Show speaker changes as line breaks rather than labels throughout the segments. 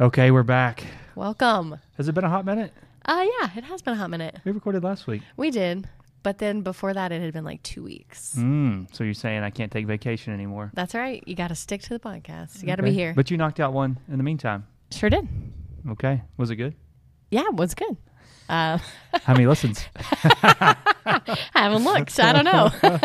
Okay, we're back.
Welcome.
Has it been a hot minute?
Uh yeah, it has been a hot minute.
We recorded last week.
We did, but then before that it had been like 2 weeks.
Mm, so you're saying I can't take vacation anymore?
That's all right. You got to stick to the podcast. You got to be
Okay.
here.
But you knocked out one in the meantime.
sure did.
Okay. Was it good?
Yeah, it was good. Uh,
How many listens?
I haven't looked. so I don't know.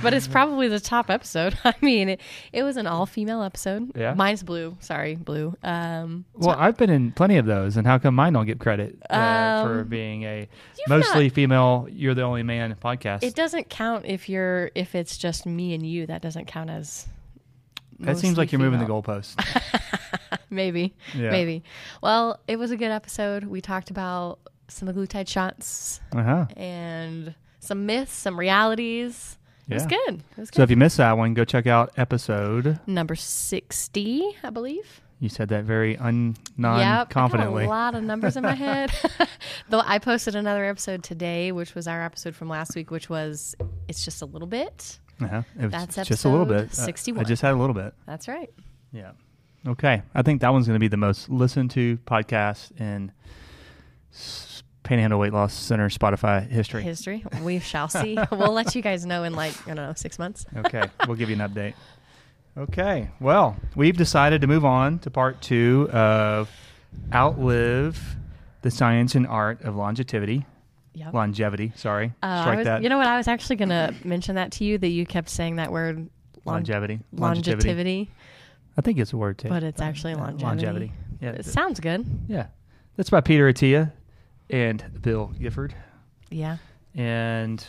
but it's probably the top episode. I mean, it, it was an all female episode.
Yeah.
Mine's blue. Sorry, blue. Um,
Well, I've been in plenty of those, and how come mine don't get credit uh, for
Um,
being a
you've
mostly female, you're the only man podcast?
it doesn't count if you're if it's just me and you. That doesn't count as
that seems
mostly
like you're moving the
female.
goalpost.
maybe
Yeah.
maybe well it was a good episode we talked about some glutide shots
uh huh.
and some myths some realities it was
Yeah.
good it was good
So if you missed that one, go check out episode.
number 60 i believe
You said that very un non
Yep, I
confidently.
got a lot of numbers in my head. Though I posted another episode today, which was our episode from last week, which was it's just a little bit.
uh-huh. It was
That's
just a little
episode
bit. Uh, I- I
61.
just had a little bit.
That's right.
Yeah. Okay. I think that one's going to be the most listened to podcast in s- Panhandle Weight Loss Center Spotify history.
History. We shall see. we'll let you guys know in like I don't know six months.
okay. We'll give you an update. Okay. Well, we've decided to move on to part two of Outlive the Science and Art of Longevity.
Yep.
Longevity. Sorry.
Uh, I
Strike
was-
that.
You know what? I was actually going to mention that to you that you kept saying that word lon-
longevity.
longevity,
I think it's a word too.
but it's actually
Yeah,
longevity.
Longevity. Yeah.
It sounds good.
yeah. That's by Peter Attia and Bill Gifford.
Yeah.
and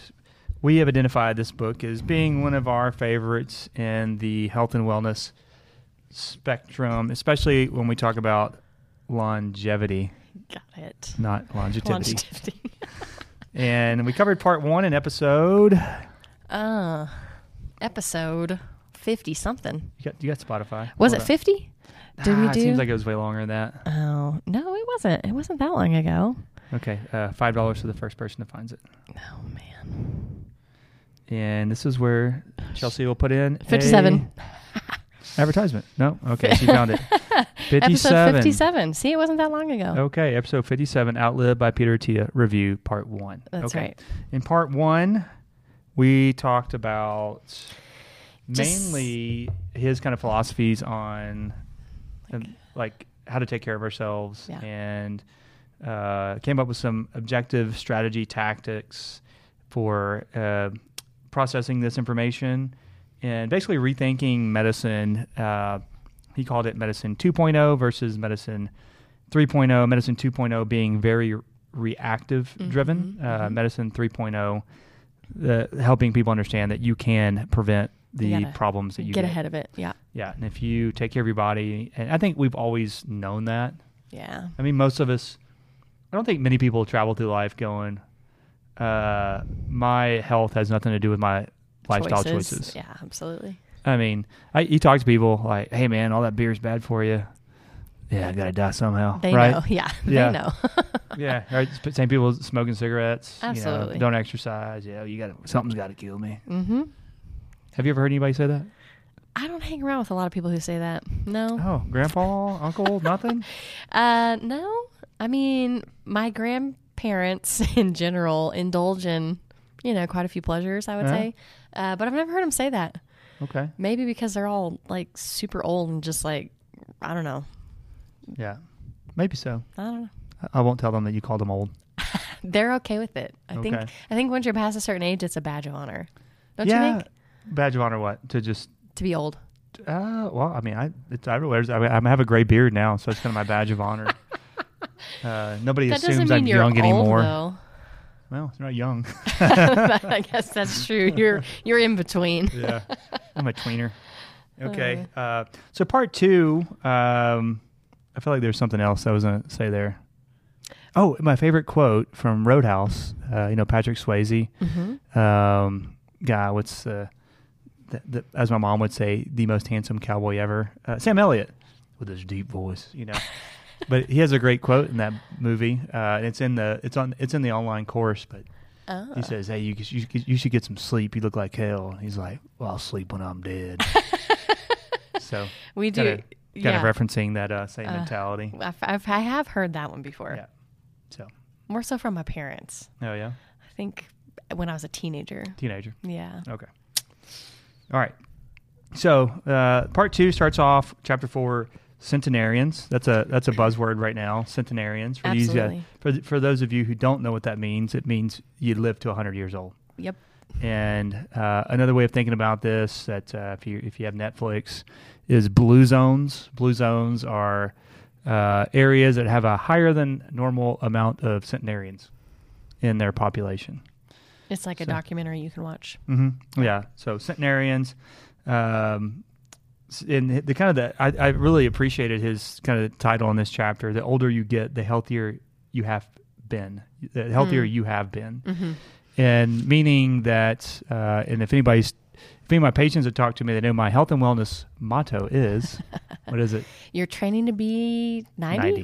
we have identified this book as being one of our favorites in the health and wellness spectrum, especially when we talk about longevity,
Got it.
not longevity.
Longevity.
and we covered part one in episode. You
uh, episode 50 something.
got, you got Spotify.
Was
Hold
it
on.
50? Did
Ah,
we
It
do?
seems like it was way longer than that.
oh, no, it wasn't. It wasn't that long ago.
Okay, uh, five dollars to the first person that finds it.
Oh, man.
And this is where Chelsea will put in a
57.
advertisement. No, okay, she found it. 57.
Episode 57. See, it wasn't that long ago.
Okay, episode 57, Outlive by Peter Tia, review part one.
That's
okay.
right.
In part one, we talked about
Just-
mainly his kind of philosophies on
Like-
um, like how to take care of ourselves
Yeah.
and uh, came up with some objective strategy tactics for uh, processing this information and basically rethinking medicine. Uh, he called it medicine 2.0 versus medicine 3.0. Medicine 2.0 being very reactive driven,
Mhm,
uh,
mhm.
medicine 3.0 the uh, helping people understand that you can prevent the
You gotta
problems that you
Get ahead of it. Yeah.
Yeah, and if you take care of your body, and I think we've always known that.
Yeah.
I mean, most of us. I don't think many people travel through life going, uh, "My health has nothing to do with my lifestyle choices."
Yeah, absolutely.
I mean, I, you talk to people like, "Hey, man, all that beer's bad for you." Yeah, I gotta die somehow,
They
right?
know. Yeah,
Yeah.
they know.
yeah, right. It's the Same people smoking cigarettes. you know,
Absolutely.
don't exercise. Yeah, you got to something's got to kill me.
hmm
Have you ever heard anybody say that?
I don't hang around with a lot of people who say that. No.
Oh, grandpa, uncle, nothing.
Uh, no. I mean, my grandparents in general indulge in, you know, quite a few pleasures, I would
Yeah.
say. Uh, but I've never heard them say that.
Okay.
Maybe because they're all like super old and just like, I don't know.
Yeah. Maybe so.
I don't know.
I- I won't tell them that you called them old.
They're okay with it. I think.
Okay.
I think once you're past a certain age, it's a badge of honor. Don't
yeah.
you think?
Badge of honor, what? To just,
To be old.
uh, well, I mean, I it's everywhere. I, mean, I have a gray beard now, so it's kind of my badge of honor. uh, nobody
That doesn't
assumes
mean
I'm
you're
young
old,
anymore.
though.
Well, it's not young.
I guess that's true. You're you're in between.
yeah. I'm a tweener. Okay. Uh, so part two, um, I feel like there's something else I was going to say there. Oh, my favorite quote from Roadhouse, uh, you know, Patrick Swayze.
Mm-hmm.
um, guy. What's uh, the, the, as my mom would say, the most handsome cowboy ever, uh, Sam Elliott, with his deep voice, you know. but he has a great quote in that movie, uh, and it's in the it's on it's in the online course. But
Oh.
he says, "Hey, you you, you should get some sleep. You look like hell." And he's like, "Well, I'll sleep when I'm dead." so
we do.
kinda- kind
Yeah.
of referencing that uh, same
Uh,
mentality.
I've, I've, I have heard that one before.
Yeah. So,
More so from my parents.
oh yeah,
I think when I was a teenager.
teenager.
Yeah.
Okay. All right. So uh, part two starts off chapter four centenarians. That's a that's a buzzword right now. Centenarians for these, uh,
Absolutely.
for th- for those of you who don't know what that means, it means you live to 100 years old.
Yep.
And uh, another way of thinking about this that uh, if you if you have Netflix is blue zones. Blue zones are uh, areas that have a higher than normal amount of centenarians in their population.
It's like a
So-
documentary you can watch.
Mm-hmm. Yeah. So centenarians, um, s- and the kind of the I, I really appreciated his kind of title in this chapter. The older you get, the healthier you have been. The healthier you have been,
Mm-hmm.
and meaning that. Uh, and if anybody's, if any of my patients have talked to me, they know my health and wellness motto is, what is it?
You're training to be 90,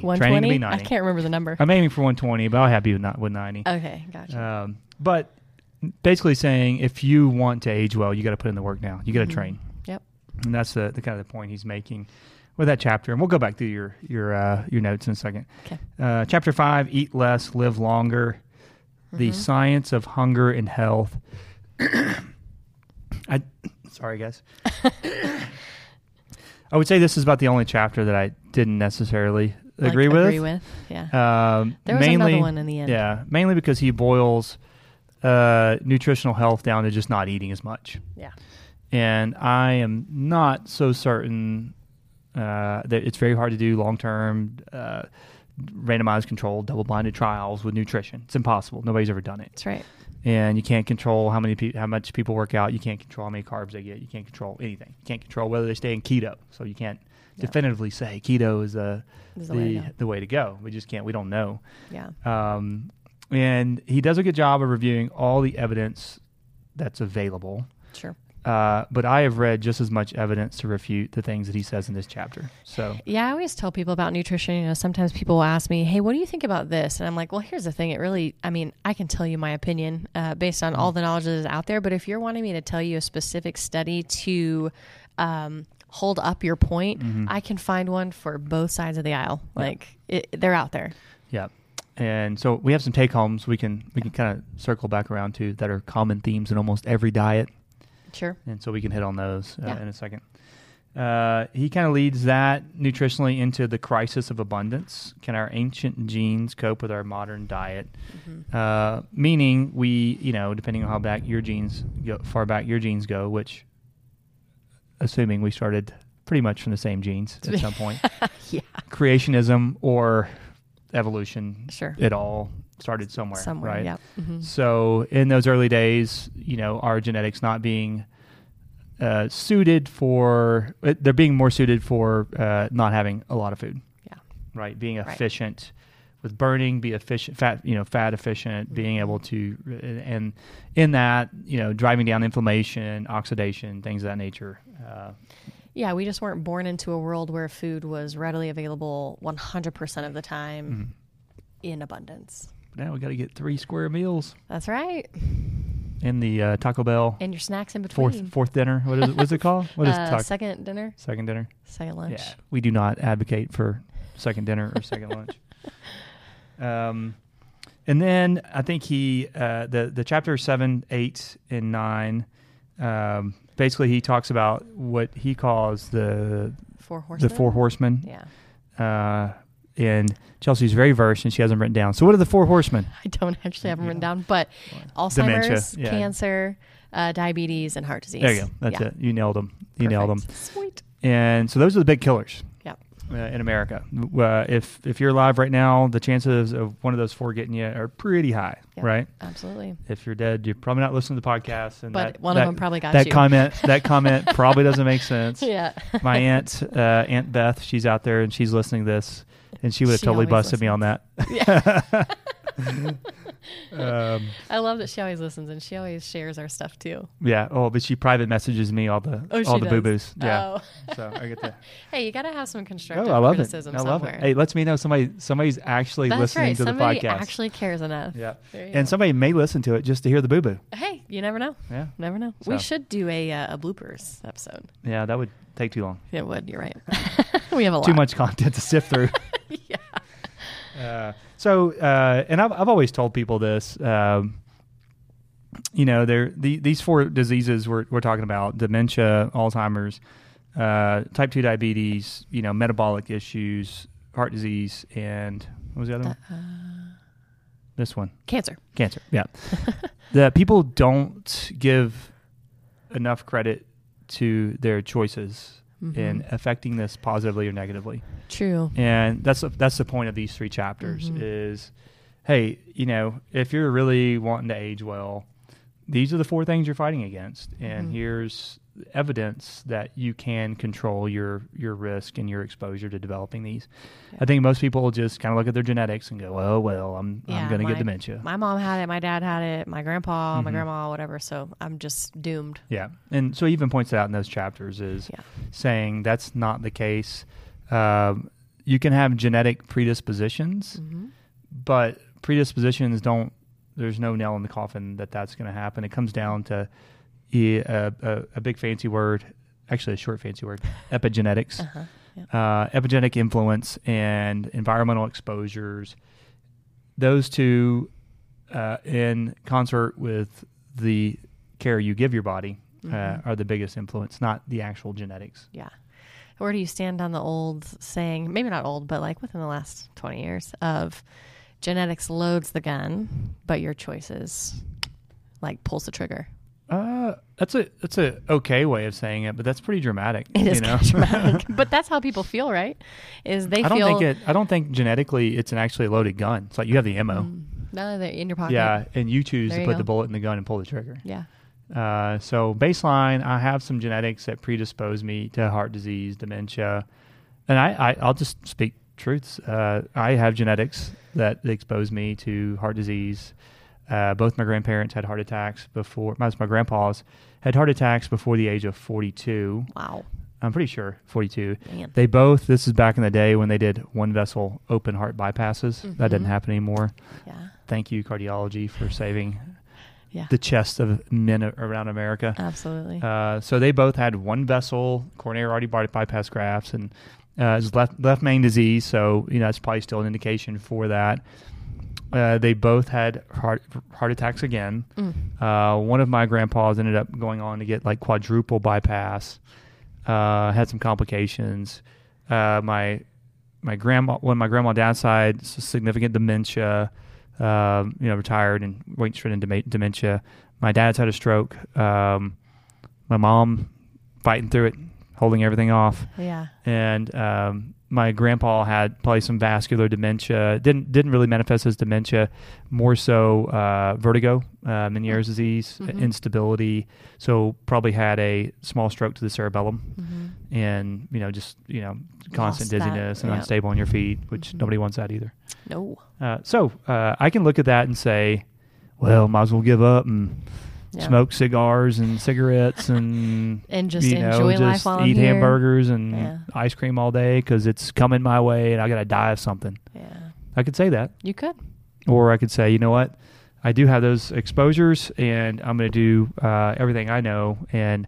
90. Training to
120.
be
I
90.
can't remember the number.
I'm aiming for 120, but I'll have you not with 90.
okay, gotcha.
Um, but basically saying if you want to age well, you got to put in the work now. You got to train.
Yep.
and that's the, the kind of the point he's making with that chapter. And we'll go back through your your uh, your notes in a second.
Okay.
Uh, chapter five: Eat less, live longer.
Mm-hmm.
The science of hunger and health. I sorry, guys. I would say this is about the only chapter that I didn't necessarily
Like,
agree with.
Agree with. Yeah.
Um,
There was
mainly,
another one in the end.
Yeah, mainly because he boils uh, nutritional health down to just not eating as much
yeah.
and I am not so certain uh, that it's very hard to do long term uh, randomized controlled double blinded trials with nutrition. It's impossible. Nobody's ever done it,
That's right.
and you can't control how many pe- how much people work out. You can't control how many carbs they get. You can't control anything. You can't control whether they stay in keto. So you can't
Yeah.
definitively say keto is uh,
This is
the
the way to go.
the way to go. We just can't. We don't know.
Yeah.
Um, and he does a good job of reviewing all the evidence that's available.
Sure.
Uh, but I have read just as much evidence to refute the things that he says in this chapter. So,
Yeah, I always tell people about nutrition. You know, sometimes people will ask me, "Hey, what do you think about this?" And I'm like, "Well, here's the thing. It really, I mean, I can tell you my opinion uh, based
Mm.
on all the knowledge that is out there. But if you're wanting me to tell you a specific study to um, hold up your point,
Mm-hmm.
I can find one for both sides of the aisle. Like, it, they're out there.
yeah. And so we have some take homes we can we can kind of circle back around to that are common themes in almost every diet,
Sure.
and so we can hit on those uh,
Yeah.
in a second. Uh, he kind of leads that nutritionally into the crisis of abundance. Can our ancient genes cope with our modern diet?
Mm-hmm.
Uh, meaning, we you know depending on how back your genes go, far back your genes go, which assuming we started pretty much from the same genes at some point.
Yeah.
creationism or evolution
Sure.
it all started somewhere
Somewhere.
right
Yep. Mhm.
so in those early days you know our genetics not being uh, suited for uh, they're being more suited for uh, not having a lot of food
Yeah.
right being
Right.
efficient with burning be efficient fat you know fat efficient
Mm-hmm.
being able to uh, and in that you know driving down inflammation oxidation things of that nature uh,
Yeah, we just weren't born into a world where food was readily available 100% of the time
Mm-hmm.
in abundance.
but now we got to get three square meals
That's right.
in the uh, taco bell
And your snacks in between.
fourth fourth dinner. What is it? What's it called? What is
Uh,
taco?
second dinner,
second dinner?
second lunch.
Yeah, we do not advocate for second dinner or second lunch. Um, and then I think he uh, the the chapter seven, eight, and nine. Um, basically, he talks about what he calls the
Four horses.
the four horsemen.
Yeah,
Uh, and Chelsea's very versed, and she hasn't written down. So, what are the four horsemen?
I don't actually have them written
Yeah.
down, but Alzheimer's,
Dementia, yeah.
cancer, uh, diabetes, and heart disease.
There you go. That's it. You nailed them. You nailed them.
Sweet.
And so, those are the big killers.
Yep.
uh, in America. Uh, if if you're alive right now, the chances of one of those four getting you are pretty high,
Yep.
right?
Absolutely.
If you're dead, you're probably not listening to the podcast. And
But
that,
one
that-
of them probably got
that
you.
comment that comment probably doesn't make sense.
yeah.
My aunt uh, Aunt Beth, she's out there and she's listening to this, and she would have
She
totally
always
busted me on that. um,
I love that she always listens and she always shares our stuff too.
yeah. Oh, but she private messages me all the
Oh,
all
she
the
does.
boo boos. Yeah.
Oh.
So I get that.
Hey, you gotta have some constructive
Oh, I love it. I
criticism
love
somewhere.
it. Hey, it lets me know somebody somebody's actually
That's
listening
right.
to
Somebody
the podcast.
actually cares enough.
Yeah.
There you
And
go.
somebody may listen to it just to hear the boo boo.
Hey, you never know.
Yeah.
Never know.
So.
We should do a uh, a bloopers episode.
Yeah, that would take too long.
It would. You're right. we have a lot.
too much content to sift through.
yeah.
Uh, so, uh, and I've, I've always told people this. Um, you know, there the, these four diseases we're, we're talking about: dementia, Alzheimer's, uh, type two diabetes. You know, metabolic issues, heart disease, and what was the
Uh,
other one? This one,
Cancer.
cancer. Yeah, that people don't give enough credit to their choices
Mm-hmm.
in affecting this positively or negatively
True.
and that's that's the point of these three chapters
Mhm.
is hey you know if you're really wanting to age well these are the four things you're fighting against and
Mhm.
here's evidence that you can control your your risk and your exposure to developing these i think most people just kind of look at their genetics and go oh well i'm
Yeah,
i'm going to
my-
get dementia
My mom had it. My dad had it. My grandpa, my
Mhm.
grandma, whatever. So I'm just doomed.
Yeah, and so he even points it out in those chapters is
Yeah.
saying that's not the case. Um, you can have genetic predispositions, but predispositions don't. There's no nail in the coffin that that's going to happen. It comes down to e- a, a, a big fancy word, actually a short fancy word, epigenetics
Uh-huh. Yeah.
uh, epigenetic influence and environmental exposures. Those two, uh, in concert with the care you give your body,
Mhm.
uh, are the biggest influence, not the actual genetics.
Yeah. Where do you stand on the old saying, maybe not old, but like within the last 20 years of genetics loads the gun, but your choices like pulls the trigger.
Uh, that's a that's a okay way of saying it, but that's pretty dramatic.
It
you
is
know?
kind of dramatic, but that's how people feel, right? Is they
I don't
feel
think it. I don't think genetically it's an actually loaded gun. It's like you have the ammo,
mm, no, they're in your pocket.
yeah, and you choose
Mm-hmm. There
to
you
put
go.
the bullet in the gun and pull the trigger.
yeah,
Uh, so baseline, I have some genetics that predispose me to heart disease, dementia, and I, I I'll just speak truths. Uh, I have genetics that expose me to heart disease. Uh, both my grandparents had heart attacks before. My, my grandpa's had heart attacks before the age of 42.
wow,
I'm pretty sure 42.
man,
They both. This is back in the day when they did one vessel open heart bypasses. That
Mhm.
didn't happen anymore.
yeah,
Thank you cardiology for saving
yeah,
the chest of men a- around America.
absolutely.
Uh, so they both had one vessel, coronary artery by- bypass grafts, and uh, it's left left main disease. So you know that's probably still an indication for that. Uh, they both had heart heart attacks again.
Mm.
Uh, one of my grandpas ended up going on to get like quadruple bypass. Uh, had some complications. Uh, my my grandma, when my grandma dad's side, s- significant dementia. Um, you know, retired and went straight into ma- dementia. My dad's had a stroke. Um, my mom fighting through it, holding everything off,
yeah,
and um, my grandpa had probably some vascular dementia. Didn't didn't really manifest as dementia, more so uh, vertigo, uh, Meniere's disease,
Mhm.
instability. So probably had a small stroke to the cerebellum,
mm-hmm.
and you know just you know constant
Lost that,
dizziness and
yeah.
unstable on your feet, which
Mhm.
nobody wants that either.
no,
Uh, so uh, I can look at that and say, well, might as well give up and
Yeah.
smoke cigars and cigarettes and
And just
you know,
enjoy life
just
while I'm
eat
here.
hamburgers and
Yeah.
ice cream all day because it's coming my way and I gotta die of something.
Yeah,
I could say that,
you could.
or I could say, you know what, I do have those exposures and I'm gonna do uh, everything I know and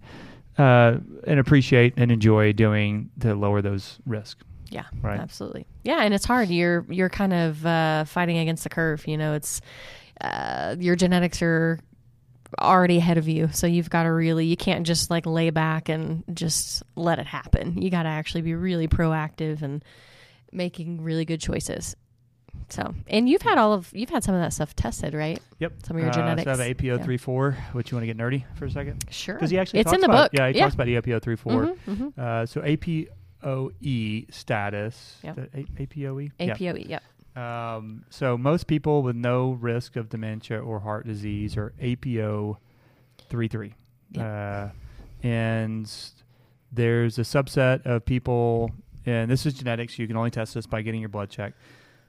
uh, and appreciate and enjoy doing to lower those risks.
Yeah,
Right.
absolutely. Yeah, and it's hard. You're you're kind of uh, fighting against the curve. You know, it's uh, your genetics are already ahead of you, so you've got to really you can't just like lay back and just let it happen. You got to actually be really proactive and making really good choices. So, and you've had all of you've had some of that stuff tested, right?
Yep.
Some of your
Uh, So I have
genetics.
APO three four, which you want to get nerdy for a second
Sure.
because he actually
it's
talks
in the
about-
book.
Yeah, he talks about APO three four.
Mhm, mhm.
Uh, so APOE E status.
Yep.
the A- APOE. Yeah.
APOE. E, Yep.
Um, so most people with no risk of dementia or heart disease are APO 33. Uh, and there's a subset of people, and this is genetics. You can only test this by getting your blood checked.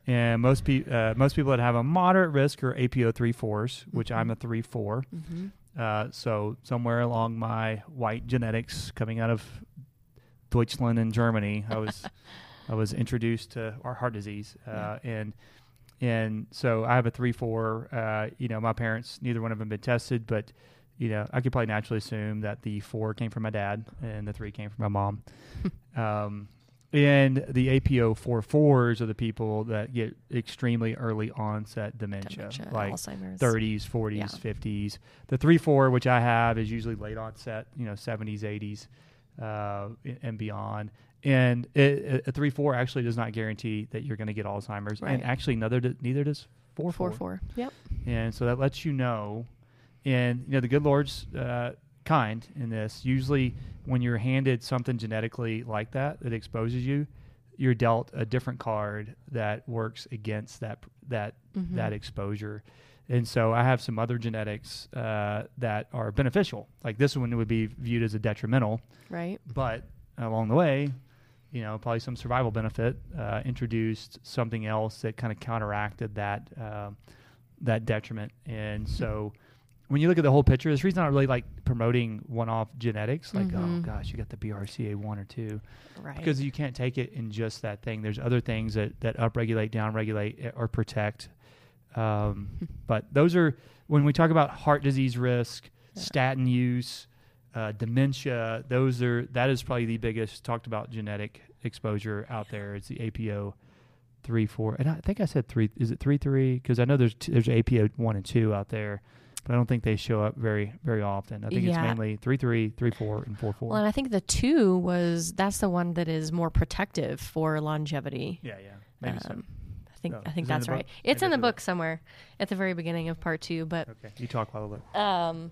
And most pe- uh, most people that have a moderate risk are APO 34s, which I'm a 3 4.
Mm-hmm.
Uh, so somewhere along my white genetics coming out of Deutschland and Germany, I was I was introduced to our heart disease, uh, and and so I have a three four. Uh, you know, my parents neither one of them been tested, but you know I could probably naturally assume that the four came from my dad and the three came from my mom. um, And the APO44s are the people that get extremely early onset dementia,
Dementia,
uh, like
Alzheimer's.
30s, 40s,
Yeah.
50s. The 3 4, which I have, is usually late onset, you know, 70s, 80s, uh, i- and beyond. And it, a 3 4 actually does not guarantee that you're going to get Alzheimer's.
Right.
And actually, neither, do- neither does 4
Four four. Yep.
and so that lets you know. And you know the good Lord's uh, kind in this. Usually, when you're handed something genetically like that that exposes you, you're dealt a different card that works against that that
Mhm.
that exposure. And so I have some other genetics uh, that are beneficial. Like this one would be viewed as a detrimental,
Right.
but along the way, you know, probably some survival benefit uh, introduced something else that kind of counteracted that uh, that detriment. And so, when you look at the whole picture, this reason I really like promoting one-off genetics, like oh
Mhm.
gosh, you got the BRCA one or two,
Right.
because you can't take it in just that thing. There's other things that that upregulate, downregulate, eh, or protect. Um, but those are when we talk about heart disease risk,
Yeah.
statin use, uh, dementia. Those are that is probably the biggest talked about genetic exposure out there. It's the APO three four, and I think I said three. Is it three three? Because I know there's t- there's APO one and two out there. But I don't think they show up very, very often. I think it's
Yeah.
mainly three three, three four, and four four.
well, and I think the two was that's the one that is more protective for longevity.
yeah, yeah, maybe so.
Um, I think
Oh,
I
is
think
it in
that's
the
right.
book?
It's
Maybe
in
I did
the book somewhere at the very beginning of part two, but
Okay, you talk while I look.
um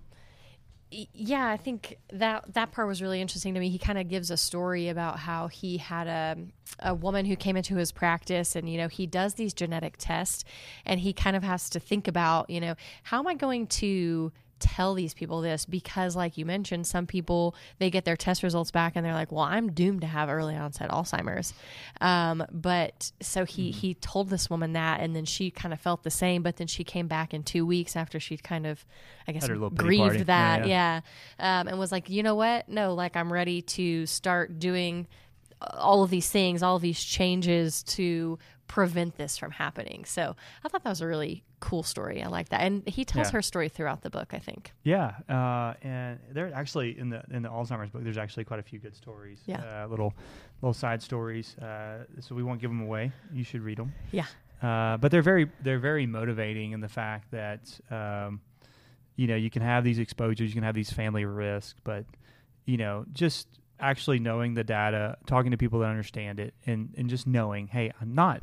y- yeah i think that that part was really interesting to me he kind of gives a story about how he had a a woman who came into his practice and you know he does these genetic tests and he kind of has to think about you know how am i going to tell these people this because like you mentioned some people they get their test results back and they're like well i'm doomed to have early onset alzheimer's um, but so he
Mm-hmm.
he told this woman that and then she kind of felt the same but then she came back in two weeks after she'd kind of i guess
Had her little pity
grieved
party.
that
Yeah,
yeah, Um, and was like you know what no like i'm ready to start doing all of these things all of these changes to prevent this from happening so i thought that was a really cool story i like that and he tells
Yeah.
her story throughout the book i think
Yeah, uh, and there actually in the in the Alzheimer's book, there's actually quite a few good stories.
Yeah.
uh, little little side stories. Uh, so we won't give them away. You should read them.
yeah
Uh, but they're very they're very motivating in the fact that um, you know you can have these exposures, you can have these family risks, but you know just actually knowing the data, talking to people that understand it, and and just knowing, hey, I'm not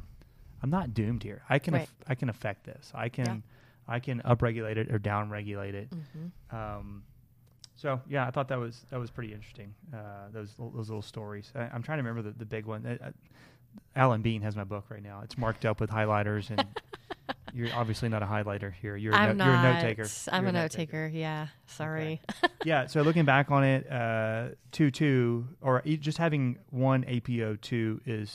I'm not doomed here. I can
Right.
aff- I can affect this. I can I can upregulate it or downregulate it.
mm-hmm.
Um, so yeah, I thought that was that was pretty interesting. Uh, those l- those little stories. I, I'm trying to remember the, the big one. Uh, uh, Alan Bean has my book right now. It's marked up with highlighters, and you're obviously not a highlighter here. You're a
I'm
no,
not.
you're a note taker.
I'm
You're
a note taker. Yeah. Sorry.
yeah. So looking back on it, uh, two two or e- just having one APO two is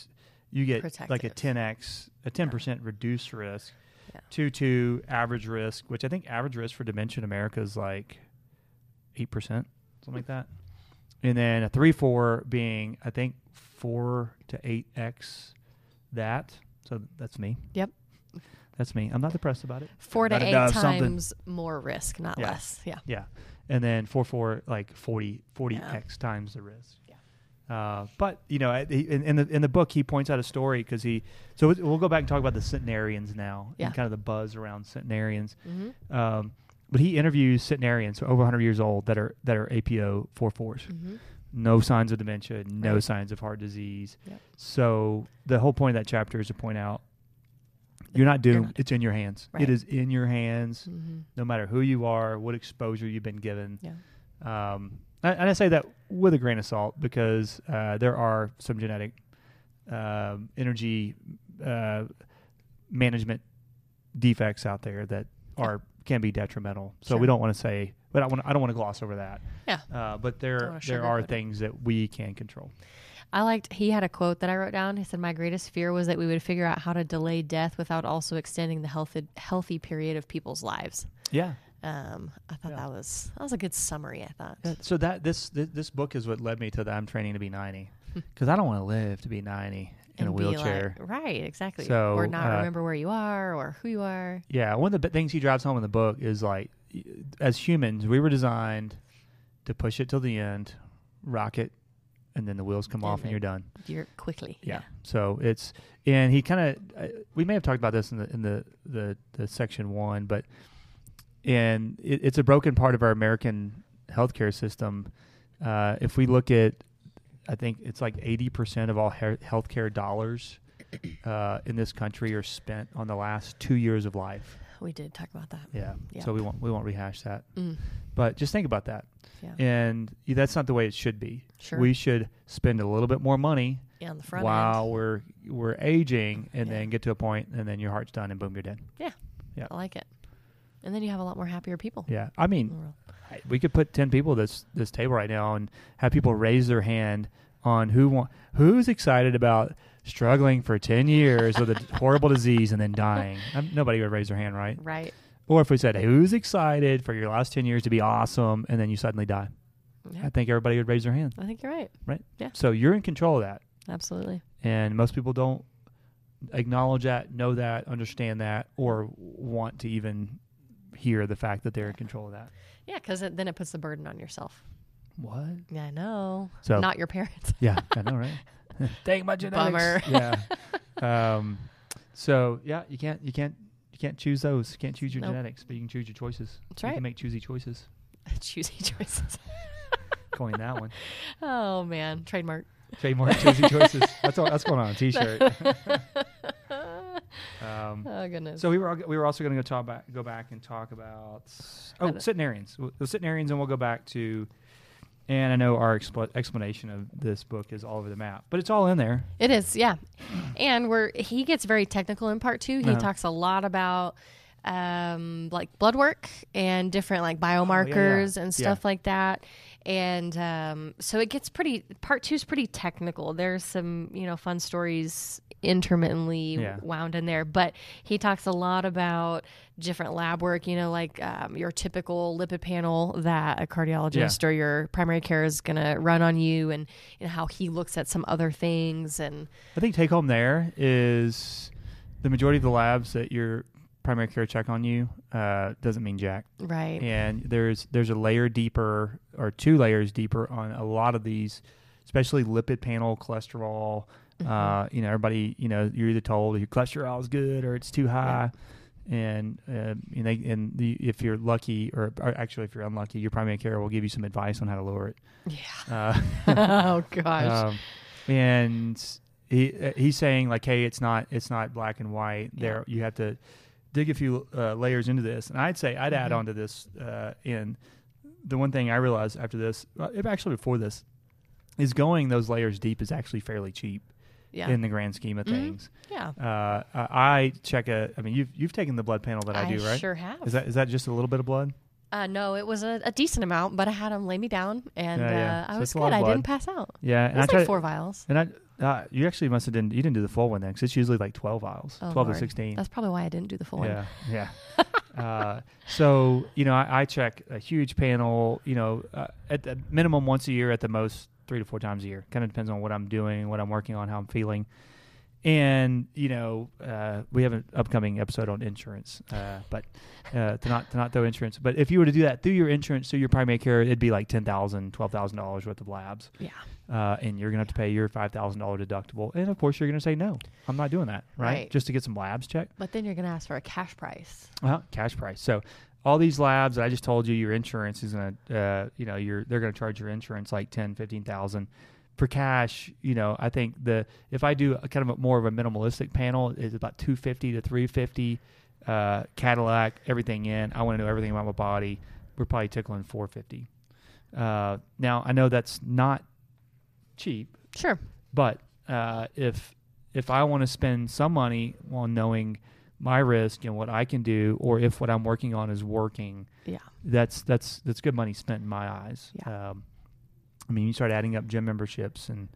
you get like a
Protective.
10x, a 10% reduced risk.
Yeah.
Two two average risk, which I think average risk for dementia in America is like eight percent, something like that. And then a three four being I think four to eight x that. So that's me.
Yep.
That's me. I'm not depressed about it.
Four to
Gotta
eight
dive something.
times more risk, not
Yeah.
less. Yeah.
Yeah. And then 4 4, like 40, 40
Yeah.
X times the risk.
Yeah.
Uh, but you know, I- he- in, in the in the book, he points out a story because he. So we'll- we'll go back and talk about the centenarians now
Yeah.
and kind of the buzz around centenarians.
Mhm.
Um, but he interviews centenarians, so over 100 years old, that are that are APO 44s.
Mhm.
No signs of dementia, no
Right.
signs of heart disease.
Yep.
So the whole point of that chapter is to point out you're not doomed.
not doomed.
it's in your hands. It
Right.
is in your hands
Mhm.
no matter who you are, what exposure you've been given.
Yeah.
Um, and and I say that with a grain of salt because uh, there are some genetic um, energy uh, management defects out there that are can be detrimental. So we
Sure.
don't want to say, but I want I don't want to gloss over that.
Yeah.
Uh, but
Don't
there
wanna
there are
sugarcoat it.
things that we can control.
I liked, he had a quote that I wrote down. He said, My greatest fear was that we would figure out how to delay death without also extending the healthy, healthy period of people's lives.
Yeah.
Um, I thought
Yeah.
that was that was a good summary. I thought.
Uh, So that this this, this book is what led me to the I'm training to be 90 because I don't want to live to be 90 in a
Hmm. And be like-
wheelchair.
right. Exactly.
So,
or not
uh,
remember where you are or who you are.
Yeah, one of the b- things he drives home in the book is like, y- as humans, we were designed to push it till the end, rock it, and then the wheels come off and
then
you're done.
You're quickly.
Yeah. So it's and he kind of uh, we may have talked about this in the in the the, the section one, but and it, it's a broken part of our American healthcare system. Uh, if we look at, I think it's like eighty percent of all hair healthcare dollars uh, in this country are spent on the last two years of life.
We did talk about that.
Yeah.
Yeah.
So we won't we won't rehash that,
Mm,
but just think about that,
yeah.
and that's not the way it should be.
sure.
We should spend a little bit more money
yeah, on the front
while
end.
we're we're aging and
Yeah.
then get to a point and then your heart's done and boom you're dead
I like it. And then you have a lot more happier people.
yeah i
in the
mean
world.
I- we could put 10 people this this table right now and have people raise their hand on who want who's excited about struggling for 10 years with a d- horrible disease and then dying Um nobody would raise their hand right
Right.
or if we said who's excited for your last 10 years to be awesome and then you suddenly die
Yeah.
i think everybody would raise their hand
I think you're right.
so you're in control of that
Absolutely.
and most people don't acknowledge that, know that, understand that, or want to even hear the fact that they're in control of that.
Yeah, because it, then it puts the burden on yourself.
What?
Yeah, I know.
So
Not your parents.
yeah, I know, right? Dang my genetics. Bummer. Yeah. um, so yeah, you can't, you can't, you can't choose those. You can't choose your
Nope.
genetics, but you can choose your choices.
That's
You
right.
can make choosy choices.
Choosy choices.
Coin that one.
Oh man, trademark.
Trademark choosy choices. That's all. That's going on a t-shirt. Um,
Oh goodness.
So we were we were also going to talk about go back and talk about oh
Other-
centenarians We'll- the centenarians and we'll go back to and I know our expl- explanation of this book is all over the map but it's all in there
It is, yeah. And we're he gets very technical in part two. He
Uh-huh.
talks a lot about um, like blood work and different like biomarkers and stuff
Oh, Yeah.
like that. And um, so it gets pretty. Part two is pretty technical. There's some you know fun stories intermittently
Yeah.
wound in there, but he talks a lot about different lab work. You know, like um, your typical lipid panel that a cardiologist or your primary care is going to run on you, and you know, how he looks at some other things and.
I think take home there is the majority of the labs that your primary care check on you uh, doesn't mean jack
Right.
and there's there's a layer deeper or two layers deeper on a lot of these especially lipid panel cholesterol uh, you know everybody you know you're either told your cholesterol is good or it's too high and uh, and, they, and the, if you're lucky or, or actually if you're unlucky your primary care will give you some advice on how to lower it
Yeah.
uh,
oh gosh.
um, and he uh, he's saying like hey it's not it's not black and white
Yeah.
there you have to dig a few uh, layers into this and i'd say i'd add
Mhm.
on to this uh, in the one thing i realized after this uh, if- actually before this is going those layers deep is actually fairly cheap
yeah.
in the grand scheme of
Mhm.
things
yeah.
uh, i I check a i mean you've you've taken the blood panel that i, do right
Sure have.
is that is that just a little bit of blood
uh, no, it was a, a decent amount, but I had him lay me down, and
Yeah, yeah.
Uh, I
So
was
it's a
good.
lot of
I
blood.
didn't pass out.
yeah
It
and i
was like
tried
four vials.
and i uh, you actually must have didn't you didn't do the full one then because it's usually like 12 vials
Oh,
12
Lord.
to 16
That's probably why I didn't do the full one.
yeah, Yeah. uh, so you know, I, I check a huge panel. You know, uh, at the minimum once a year, at the most three to four times a year. Kind of depends on what I'm doing, what I'm working on, how I'm feeling. And you know, uh, we have an upcoming episode on insurance, uh, but uh, to not to not throw insurance. But if you were to do that through your insurance, through your primary care, it'd be like ten thousand, twelve thousand dollars worth of labs,
Yeah.
uh, and you're gonna have to pay your five thousand dollar deductible. And of course, you're gonna say no, I'm not doing that, right?
Right.
Just to get some labs checked.
But then you're gonna ask for a cash price.
Well, cash price. So all these labs that I just told you, your insurance is gonna, uh, you know, your they're gonna charge your insurance like ten, fifteen thousand for cash. You know, I think the if I do a kind of a, more of a minimalistic panel, it's about two fifty to three fifty. Uh, Cadillac, everything in. I want to know everything about my body. We're probably tickling four fifty. Uh, now I know that's not cheap,
Sure.
but uh, if if I want to spend some money on knowing my risk and what I can do, or if what I'm working on is working,
Yeah.
that's that's that's good money spent in my eyes.
Yeah.
Um, I mean, you start adding up gym memberships and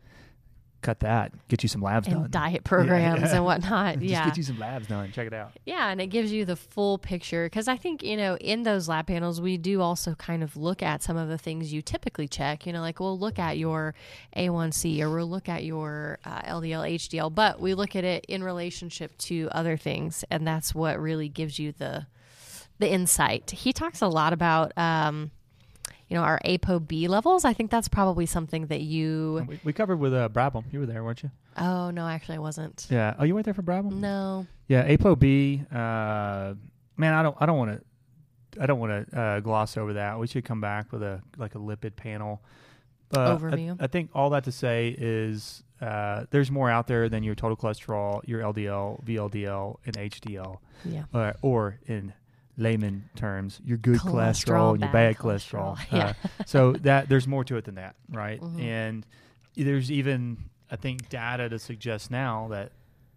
cut that, get you some labs
and
done,
diet programs
yeah.
and whatnot.
Just
yeah.
get you some labs done. Check it out.
Yeah, and it gives you the full picture because I think you know in those lab panels we do also kind of look at some of the things you typically check. You know, like we'll look at your A1C or we'll look at your uh, LDL, HDL, but we look at it in relationship to other things, and that's what really gives you the the insight. He talks a lot about. Um, you know, our ApoB levels, I think that's probably something that you.
We, we covered with uh, Brabham. You were there, weren't you?
Oh no, actually, I wasn't.
Um, Yeah. Oh, you weren't there for Brabham?
No.
Yeah, ApoB. Uh, man, I don't. I don't want to. I don't want to uh, gloss over that. We should come back with a like a lipid panel Uh, I-
Overview.
I, think all that to say is uh, there's more out there than your total cholesterol, your LDL, VLDL, and HDL,
Yeah.
uh, or in layman terms, your good cholesterol,
Cholesterol,
and your
bad
bad cholesterol.
cholesterol. Yeah.
Uh, so that there's more to it than that, right?
Mhm.
And there's even I think data to suggest now that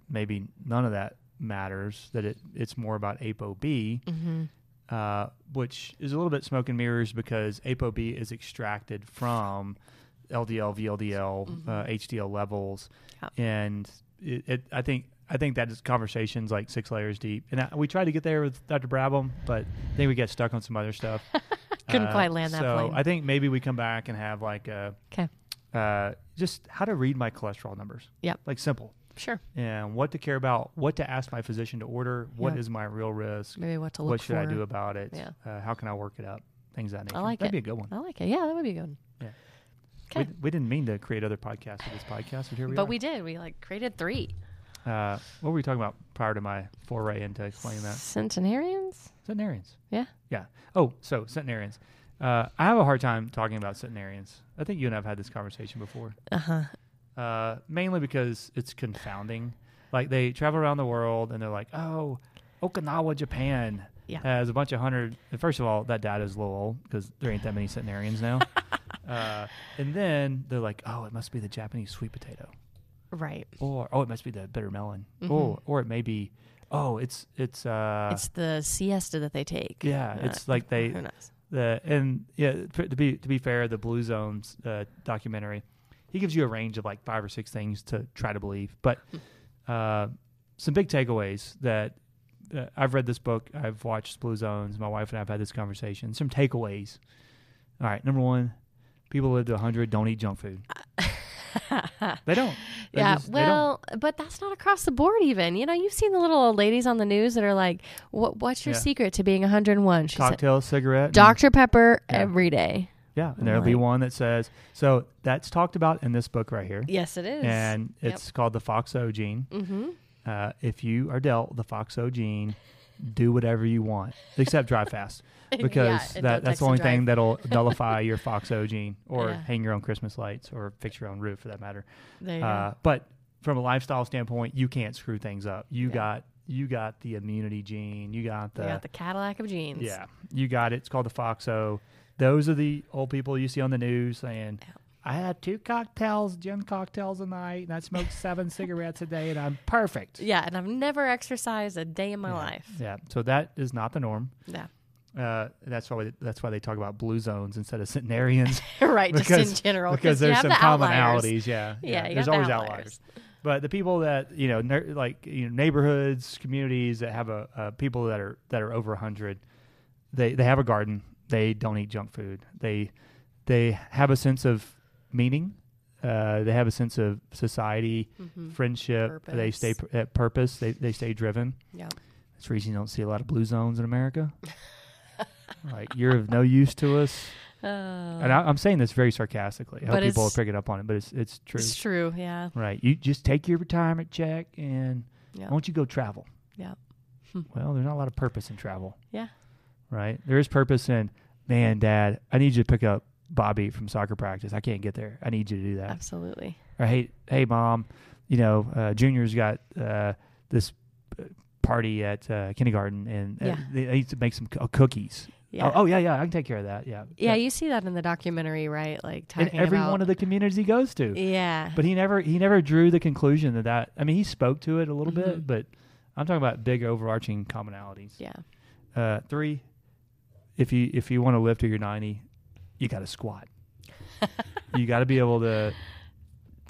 maybe none of that matters. That it it's more about ApoB,
Mm-hmm.
uh, which is a little bit smoke and mirrors because ApoB is extracted from LDL, VLDL, uh,
Mm-hmm.
HDL levels,
Yeah.
and it, it, I think I think that is conversations like six layers deep. And I, we tried to get there with Dr. Brabham, but I think we got stuck on some other stuff. Uh,
Couldn't quite land that
So
plane.
I think maybe we come back and have like a,
Okay.
uh, just how to read my cholesterol numbers.
Yep.
like simple.
Sure.
And what to care about, what to ask my physician to order, What is
Yeah.
my real risk,
Maybe what to look
what should I
for.
do about it?
Yeah.
Uh, how can I work it up? Things of that nature.
like
That'd
it.
be a good one.
I like it. Yeah, that would be good.
Yeah. We,
Okay.
we didn't mean to create other podcasts with this podcast, but here we
but
are.
we did. We like created three
uh, what were we talking about prior to my foray into explaining that?
centenarians.
Centenarians.
Yeah.
Yeah. Oh, so centenarians. Uh, I have a hard time talking about centenarians. I think you and I have had this conversation before,
Uh huh.
uh, mainly because it's confounding. Like they travel around the world and they're like, oh, Okinawa, Japan
Yeah.
has a bunch of hundred. First of all, that data is a little old because there ain't that many centenarians now. uh, and then they're like, oh, it must be the Japanese sweet potato,
Right.
or oh, it must be the bitter melon,
Mhm.
or or it may be, oh, it's it's uh,
it's the siesta that they take.
yeah,
Uh,
it's like they
Who knows?
the and yeah f- to be to be fair the blue zones uh, documentary he gives you a range of like five or six things to try to believe but
Hmm.
uh, some big takeaways that uh, i've read this book i've watched blue zones my wife and i've had this conversation some takeaways all right number one people who live to 100 don't eat junk food they don't They
yeah,
just- they don't.
well, but that's not across the board. Even you know, you've seen the little old ladies on the news that are like, "What? What's your
Yeah.
secret to being 101?" She said,
cocktail cigarette and-
"Dr. Pepper
Yeah.
every day."
yeah and there'll be
Right.
one that says so that's talked about in this book right here
Yes, it is.
and
Yep.
it's called the foxo gene
mm-hmm.
uh, if you are dealt the Foxo gene, do whatever you want, except drive fast, because
and
that,
don't
that's the
text
only
and
thing
drive.
that'll nullify your Foxo gene or
Yeah.
hang your own Christmas lights or fix your own roof for that matter.
There you
Uh, but from a lifestyle standpoint, you can't screw things up. You
Yeah.
got you got the immunity gene. You got
go.
the,
You got the Cadillac of jeans.
yeah, you got it. It's called the Foxo. Those are the old people you see on the news saying.
Yeah.
I had two cocktails, gin cocktails a night, and I smoked seven cigarettes a day, and I'm perfect.
yeah. And I've never exercised a day in my
Yeah.
life.
Yeah, so that is not the norm.
Yeah,
Uh, that's why that's why they talk about blue zones instead of centenarians
right.
Because-
just in general,
because
you
there's
have
some
the outliers.
commonalities. Yeah,
Yeah, you
there's
got the
always
outliers.
But the people that you know, ner- like you know, neighborhoods, communities that have a, a people that are that are over hundred, they they have a garden. They don't eat junk food. They they have a sense of meaning. Uh, they have a sense of society,
Mhm.
friendship. They
Purpose.
stay pr- at purpose. They they stay driven.
Yeah.
That's the reason you don't see a lot of blue zones in America. like you're of no use to us,
Uh,
and I, I'm saying this very sarcastically. I hope
But
people will
it's-
pick it up on it, but it's it's true,
it's true. Yeah.
right? You just take your retirement check and
Yeah.
why don't you go travel? Hmm.
Yeah.
Well, there's not a lot of purpose in travel.
Yeah.
Right. There is purpose in, man, Dad, I need you to pick up Bobby from soccer practice. I can't get there. I need you to do that.
Absolutely.
or hey, hey, mom, you know, uh, Junior's got uh, this uh, party at uh, kindergarten, and uh,
Yeah.
they I need to make some co- cookies.
Yeah.
Oh, oh, yeah, yeah, I can take care of that. Yeah.
Yeah, you see that in the documentary, right? Like
in
talking
every
about
one of the communities he goes to.
yeah,
But he never he never drew the conclusion that that. I mean, he spoke to it a little bit,
Mhm.
but I'm talking about big overarching commonalities.
yeah,
Uh, three, if you if you want to live till you're 90, you got to squat. you got to be able to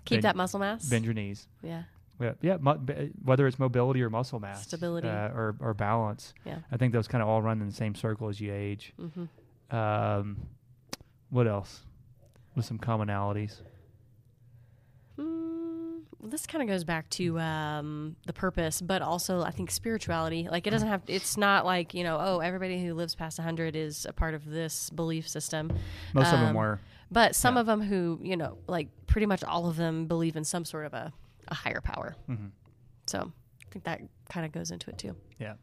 keep
Bend-
that muscle mass.
bend your knees.
yeah,
Yeah, yeah. Mu- b- whether it's mobility or muscle mass,
Stability.
uh, or or balance.
Yeah.
I think those kind of all run in the same circle as you age.
mm-hmm.
Um, what else? With some commonalities.
mm, this kind of goes back to um, the purpose, but also I think spirituality. Like it doesn't have. It's not like you know. Oh, everybody who lives past hundred is a part of this belief system.
Most of them
Um,
were.
But some
Yeah.
of them who you know, like pretty much all of them believe in some sort of a, a higher power.
Mhm.
So I think that kind of goes into it too.
Yeah.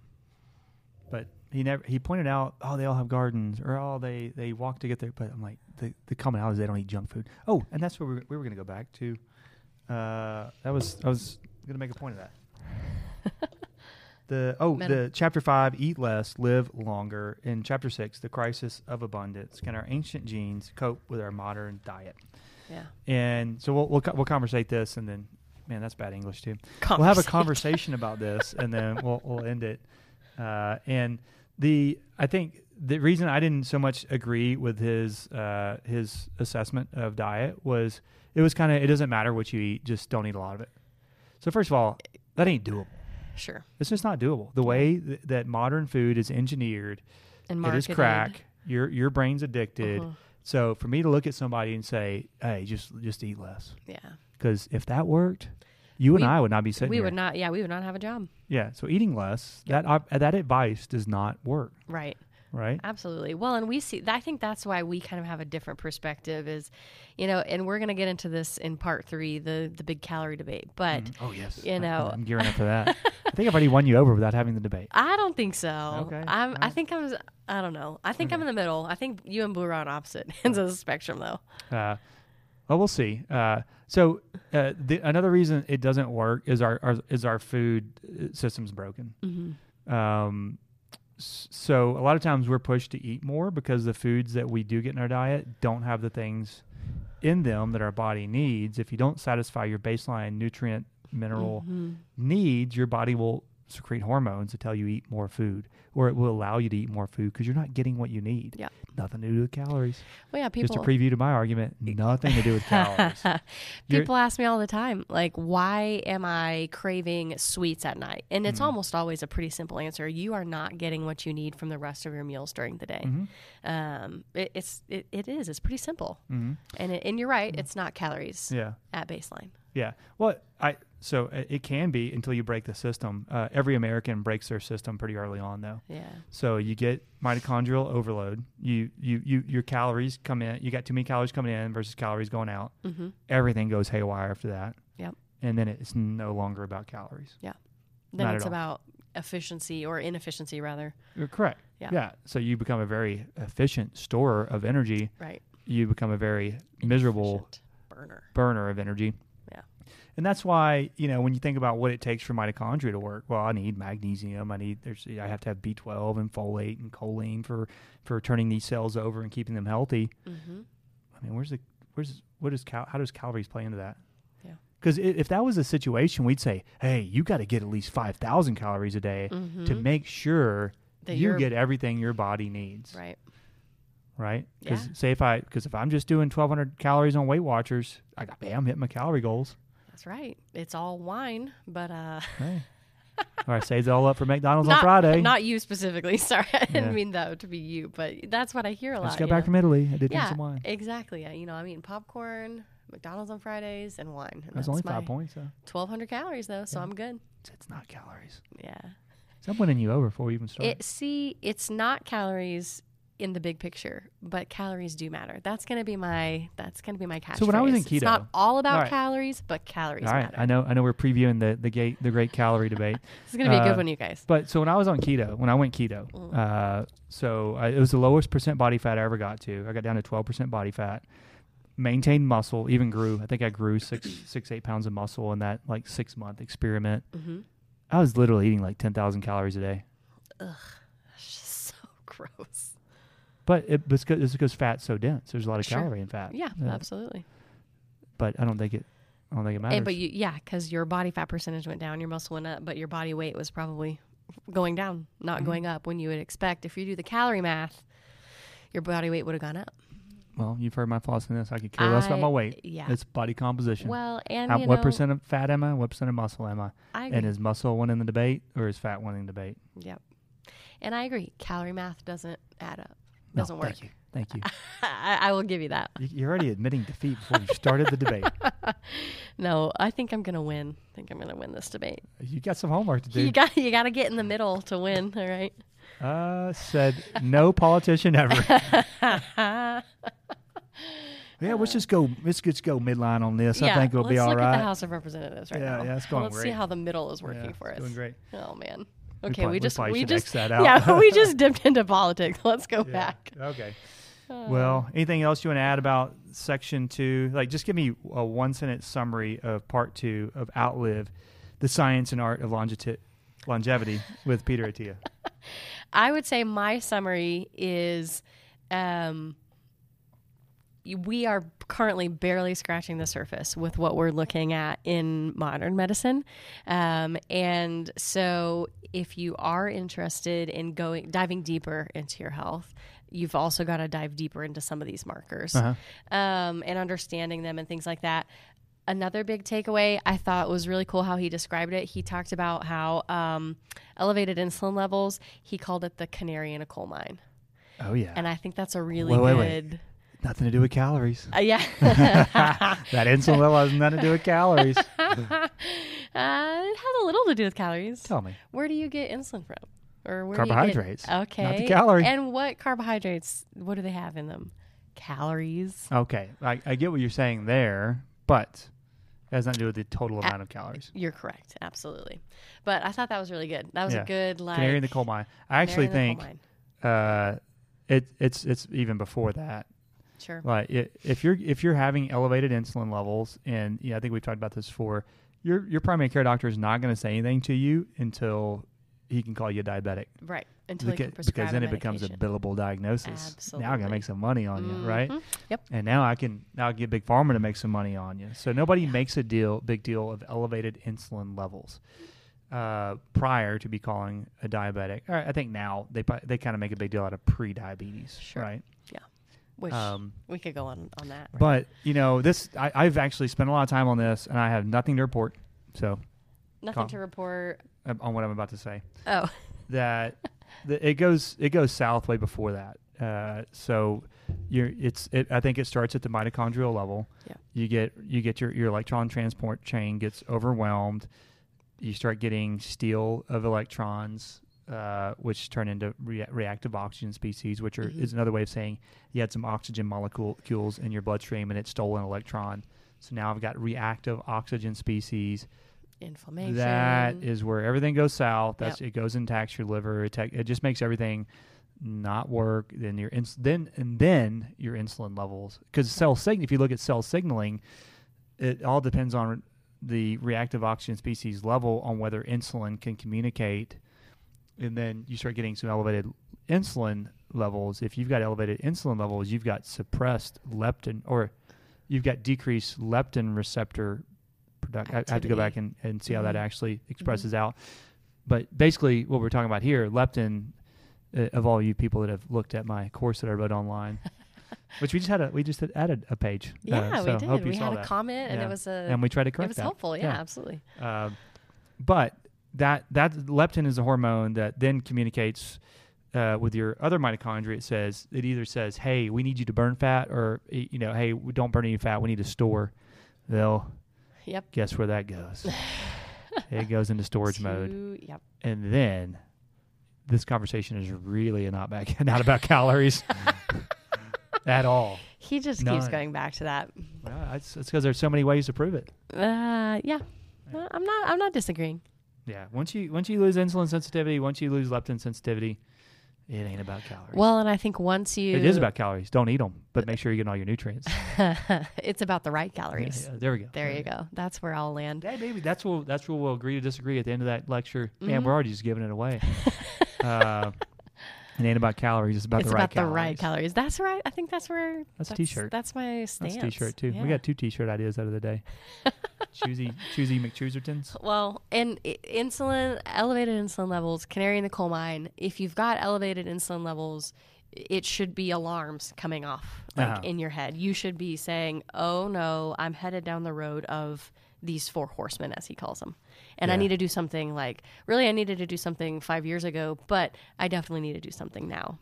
But he never he pointed out, oh, they all have gardens, or oh, they they walk to get there. But I'm like, the the commonality is they don't eat junk food. Oh, and that's where we were, we were going to go back to. Uh, that was I was going to make a point of that. The oh
Meta-
the chapter five eat less live longer in chapter six the crisis of abundance can our ancient genes cope with our modern diet
Yeah.
and so we'll we'll, co- we'll conversate this and then man that's bad English too we'll have a conversation about this and then we'll, we'll end it uh, and the i think the reason i didn't so much agree with his uh, his assessment of diet was it was kind of it doesn't matter what you eat just don't eat a lot of it so first of all that ain't doable
Sure.
it's just not doable the way th- that modern food is engineered
And
it
marketed.
is crack your your brain's addicted
Mhm.
so for me to look at somebody and say hey just just eat less
Yeah.
because if that worked you and
We-
i would not be sitting
we
here.
would not. Yeah, we would not have a job.
Yeah. So eating less, that op- that advice does not work,
Right.
right?
Absolutely. Well, and we see. I think that's why we kind of have a different perspective. Is, you know, and we're going to get into this in part three, the the big calorie debate. But
Oh yes.
You
I-
know.
I'm gearing up for that. I think I've already won you over without having the debate.
I don't think so.
Okay.
I'm, I
Alright.
think I was. I don't know. I think I'm in the middle. I think you and Blue are on opposite ends of the spectrum, though.
Uh, well, we'll see. Uh, so uh, the, another reason it doesn't work is our, our is our food uh, system's broken.
Mm-hmm.
Um, s- so a lot of times we're pushed to eat more because the foods that we do get in our diet don't have the things in them that our body needs. If you don't satisfy your baseline nutrient, mineral
Mm-hmm.
needs, your body will secrete hormones to tell you eat more food, or it will allow you to eat more food because you're not getting what you need.
Yeah.
nothing to do with calories.
Well, yeah, people.
Just a preview to my argument, nothing to do with calories. You're-
People ask me all the time, like, why am I craving sweets at night? And
Hmm.
it's almost always a pretty simple answer. You are not getting what you need from the rest of your meals during the day.
Mm-hmm,
Um, it, it's it, it is it's pretty simple,
Mhm.
and it, and you're right. It's not calories
Yeah.
at baseline.
Yeah. Well, I so it it can be until you break the system. Uh, every American breaks their system pretty early on, though.
Yeah,
So you get mitochondrial overload. You you you your calories come in. You got too many calories coming in versus calories going out.
mm-hmm.
Everything goes haywire after that.
Yep.
And then it's no longer about calories.
then
Not at
it's
all.
about efficiency or inefficiency rather.
You're correct.
Yeah.
So you become a very efficient storer of energy.
Right,
You become a very miserable
Efficient burner.
burner of energy.
Yeah.
And that's why, you know, when you think about what it takes for mitochondria to work, well, I need magnesium, I need there's I have to have B12 and folate and choline for for turning these cells over and keeping them healthy.
Mm-hmm.
I mean, where's the where's what is cal- how does calories play into that?
Yeah.
Cuz if that was a situation, we'd say, "Hey, you got to get at least 5,000 calories a day to
Mhm.
make sure
That
you
you're-
get everything your body needs."
Right.
right? Because
Yeah.
say if I because if I'm just doing 1,200 calories on Weight Watchers, I got bam hitting my calorie goals.
That's right. It's all wine, but uh
Hey. or I saved it all up for McDonald's
not,
on Friday.
Not you specifically. Sorry, I didn't
Yeah.
mean that to be you, but that's what I hear a
I
lot.
just got
you
back
know?
from Italy. I did drink
yeah,
some wine.
exactly. Yeah, you know, I'm eating popcorn, McDonald's on Fridays, and wine. And
That's only
my
five points. Though.
1,200 calories though, so
Yeah.
I'm good.
It's, it's not calories.
Yeah.
So I'm winning you over before we even start.
It see, it's not calories in the big picture, but calories do matter. That's gonna be my that's gonna be my catchphrase.
So when I was in
it's not
keto-
all about
All right.
calories, but calories
all right,
matter.
I know. I know. We're previewing the the gate the great calorie debate.
This is gonna be a
Uh,
good one, you guys.
But so when I was on keto, when I went keto,
Mm.
uh, so I, it was the lowest percent body fat I ever got to. I got down to twelve percent body fat, maintained muscle, even grew. I think I grew six six eight pounds of muscle in that like six month experiment.
Mm-hmm.
I was literally eating like ten thousand calories a day.
so gross.
But it, it's because it's because fat's so dense. There's a lot of
Sure.
calorie in fat.
Yeah,
uh, Yeah.
absolutely.
But I don't think it. I don't think it matters.
And, but you, yeah, because your body fat percentage went down, your muscle went up, but your body weight was probably going down, not
Mhm.
going up when you would expect. If you do the calorie math, your body weight would have gone up.
well, you've heard my thoughts on this. I could care less about
I-
my weight.
Yeah.
It's body composition.
well, and
How,
you
what
know,
percent of fat am I? What percent of muscle am I?
I agree.
And is muscle one in the debate or is fat one in the debate?
Yep. And I agree. Calorie math doesn't add up.
No,
Doesn't work.
Thank you. Thank you.
I, I will give you that.
You- You're already admitting defeat before you started the debate.
No, I think I'm gonna win. I think I'm gonna win this debate.
You got some homework to do.
You got you got to get in the middle to win. All right.
uh, said no politician ever. yeah, let's just go. Let's just go midline on this. I think it'll
let's
be all
look at the
right.
House of Representatives right
Yeah,
now.
yeah, it's going
Let's see
great.
how the middle is working
Yeah,
for
it's
us.
doing great.
Oh man.
We
Okay,
prob-
we,
we
just
probably
we
should
just
X that out.
yeah we just dipped into politics. Let's go
Yeah,
back.
Okay.
Uh.
Well, anything else you want to add about section two? Like, just give me a one sentence summary of part two of Outlive, the science and art of longevity, longevity with Peter Attia.
I would say my summary is um, we are currently barely scratching the surface with what we're looking at in modern medicine. Um, and so if you are interested in going diving deeper into your health, you've also got to dive deeper into some of these markers
Uh-huh.
um, and understanding them and things like that. Another big takeaway I thought was really cool how he described it. He talked about how um, elevated insulin levels, he called it the canary in a coal mine.
Oh yeah,
And I think that's a really
Wait, wait, wait.
good.
nothing to do with calories.
Uh, yeah.
That insulin level has nothing to do with calories.
Uh, it has a little to do with calories.
Tell me.
Where do you get insulin from? Or where
Carbohydrates,
Do you get,
not the
okay.
calorie.
And what carbohydrates? What do they have in them? Calories.
Okay, I, I get what you're saying there, but that has nothing to do with the total amount of calories.
You're correct. Absolutely. But I thought that was really good. That was
Yeah.
a good like.
Canary in the coal mine. I
canary
actually
in the coal
think
mine.
uh, it, it's it's even before that.
Sure.
Like i if you're if you're having elevated insulin levels, and yeah, I think we've talked about this before. Your your primary care doctor is not going to say anything to you until he can call you a diabetic,
Right. Until you
Beca-
can prescribe
because then
a
it becomes a
medication.
billable diagnosis. Now I can
Absolutely.
make some money on you, right?
Mhm. Yep.
And now I can now I can get big pharma to make some money on you. So nobody makes a deal big deal of elevated insulin levels uh, prior to be calling a diabetic. All right, I think now they pi- they kind of make a big deal out of pre-diabetes,
Sure.
right?
Which
Um,
we could go on on that.
But you know, this I, I've actually spent a lot of time on this, and I have nothing to report. So
Nothing
com-
to report.
uh, on what I'm about to say,
Oh.
that the, it goes it goes south way before that. Uh, so you're it's it, I think it starts at the mitochondrial level.
Yeah.
You get you get your your electron transport chain gets overwhelmed. You start getting steal of electrons. Uh, which turn into rea- reactive oxygen species, which are
Mhm.
is another way of saying you had some oxygen molecules in your bloodstream and it stole an electron. So now I've got reactive oxygen species,
Inflammation.
that is where everything goes south. That's it goes and attacks your liver. It, ta- it just makes everything not work. Then your ins- then and then your insulin levels because cell sign. If you look at cell signaling, it all depends on the reactive oxygen species level on whether insulin can communicate, and then you start getting some elevated insulin levels. If you've got elevated insulin levels, you've got suppressed leptin or you've got decreased leptin receptor production. I have to go
Activity.
back and, and see how that
Mhm.
actually expresses out. But basically, what we're talking about here, leptin, uh, of all you people that have looked at my course that I wrote online, which we just had a we just had added a page.
Yeah,
uh, so
we did.
Hope you
we
saw
had a
that.
comment, and
Yeah.
it was a.
and we tried to correct
it was
that.
helpful. Yeah,
Yeah.
absolutely.
Um, but that that leptin is a hormone that then communicates uh, with your other mitochondria. It says it either says, "Hey, we need you to burn fat," or y- you know, "Hey, we don't burn any fat. We need to store." Well,
Yep.
guess where that goes? it goes into storage mode,
To- Yep.
and then this conversation is really not back not about calories at all.
He just keeps
None.
going back to that.
Well, it's because there's so many ways to prove it.
Uh, yeah. No, I'm not. I'm not disagreeing.
Yeah, once you once you lose insulin sensitivity, once you lose leptin sensitivity, it ain't about calories.
Well, and I think once you,
it is about calories. Don't eat them, but make sure you get all your nutrients.
it's about the right calories.
Yeah, yeah, there we go.
There you go. That's where I'll land.
Hey, baby, that's what that's where we'll agree to disagree at the end of that lecture. Man,
Mhm.
we're already just giving it away. uh, it ain't about calories. It's about
it's
the right
about
calories.
the right calories. That's right. I think that's where.
That's a t-shirt.
That's my stance.
That's a t-shirt too.
Yeah.
We got two t-shirt ideas out of the day. choosy, choosy McChoosertons.
Well, and i- insulin, elevated insulin levels, canary in the coal mine. If you've got elevated insulin levels, i- it should be alarms coming off like
Uh-huh.
in your head. You should be saying, "Oh no, I'm headed down the road of these four horsemen," as he calls them, and I
Yeah.
need to do something. Like really, I needed to do something five years ago, but I definitely need to do something now.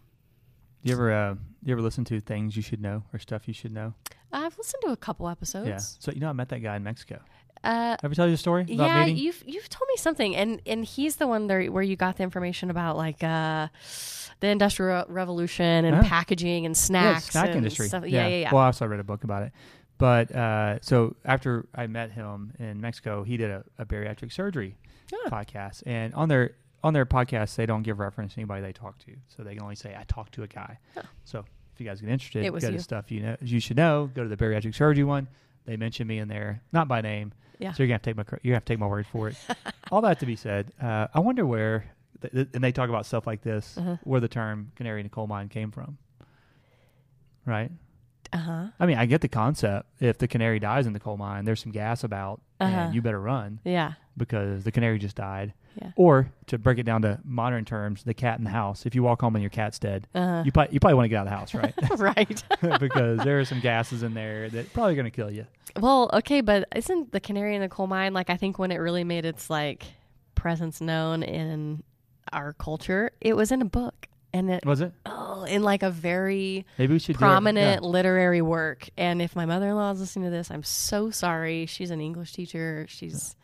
You ever, uh, you ever listen to things you should know or stuff you should know?
I've listened to a couple
Yeah.
episodes.
So you know, I met that guy in Mexico.
Uh,
Ever tell you the story about
yeah,
meeting?
you've you've told me something, and and he's the one there where you got the information about like uh, the industrial revolution and
Huh?
packaging
Ah. yeah,
and snacks,
snack
and
industry.
Stuff. Yeah, yeah, yeah.
Well, I also read a book about it. But uh, so after I met him in Mexico, he did a, a bariatric surgery
Oh.
podcast, and on their on their podcast, they don't give reference to anybody they talk to, so they can only say I talked to a guy.
Huh.
So if you guys get interested,
It was
go
you.
to stuff you know you should know. Go to the bariatric surgery one. They mentioned me in there, not by name.
Yeah.
So you're gonna have to take my cr- you have to take my word for it. All that to be said, uh, I wonder where, th- th- and they talk about stuff like this,
Uh-huh.
where the term "canary in a coal mine" came from. Right.
Uh huh.
I mean, I get the concept. If the canary dies in the coal mine, there's some gas about,
Uh-huh.
and you better run
Yeah.
because the canary just died.
Yeah.
Or to break it down to modern terms, the cat in the house. If you walk home and your cat's dead,
Uh
you probably you probably want to get out of the house, right?
huh. right.
because there are some gases in there that probably going to kill you.
Well, okay, but isn't the canary in the coal mine like I think when it really made its like presence known in our culture, it was in a book and it
Was it?
oh, in like a very
Maybe we should do it- yeah.
prominent literary work. And if my mother-in-law is listening to this, I'm so sorry. She's an English teacher. She's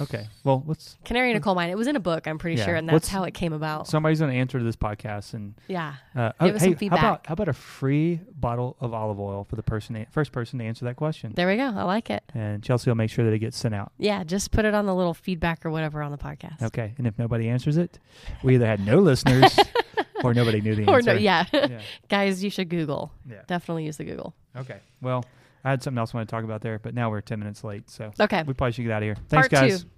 Okay. Well, let's
canary in a coal mine. It was in a book, I'm pretty
Yeah.
sure, and that's
What's-
how it came about.
somebody's going to answer this podcast and
yeah.
uh,
Oh. Give
oh,
us
hey,
some
How
feedback.
about how about a free bottle of olive oil for the person that- first person to answer that question?
There we go. I like it.
And Chelsea will make sure that it gets sent out.
Yeah, just put it on the little feedback or whatever on the podcast.
Okay, and if nobody answers it, we either had no listeners or nobody knew the answer.
Or no, yeah.
yeah,
Guys, you should Google.
yeah.
Definitely use the Google.
Okay. Well, I had something else I want to talk about there, but now we're ten minutes late, so
Okay.
we probably should get out of here. Thanks,
Part
guys.
two.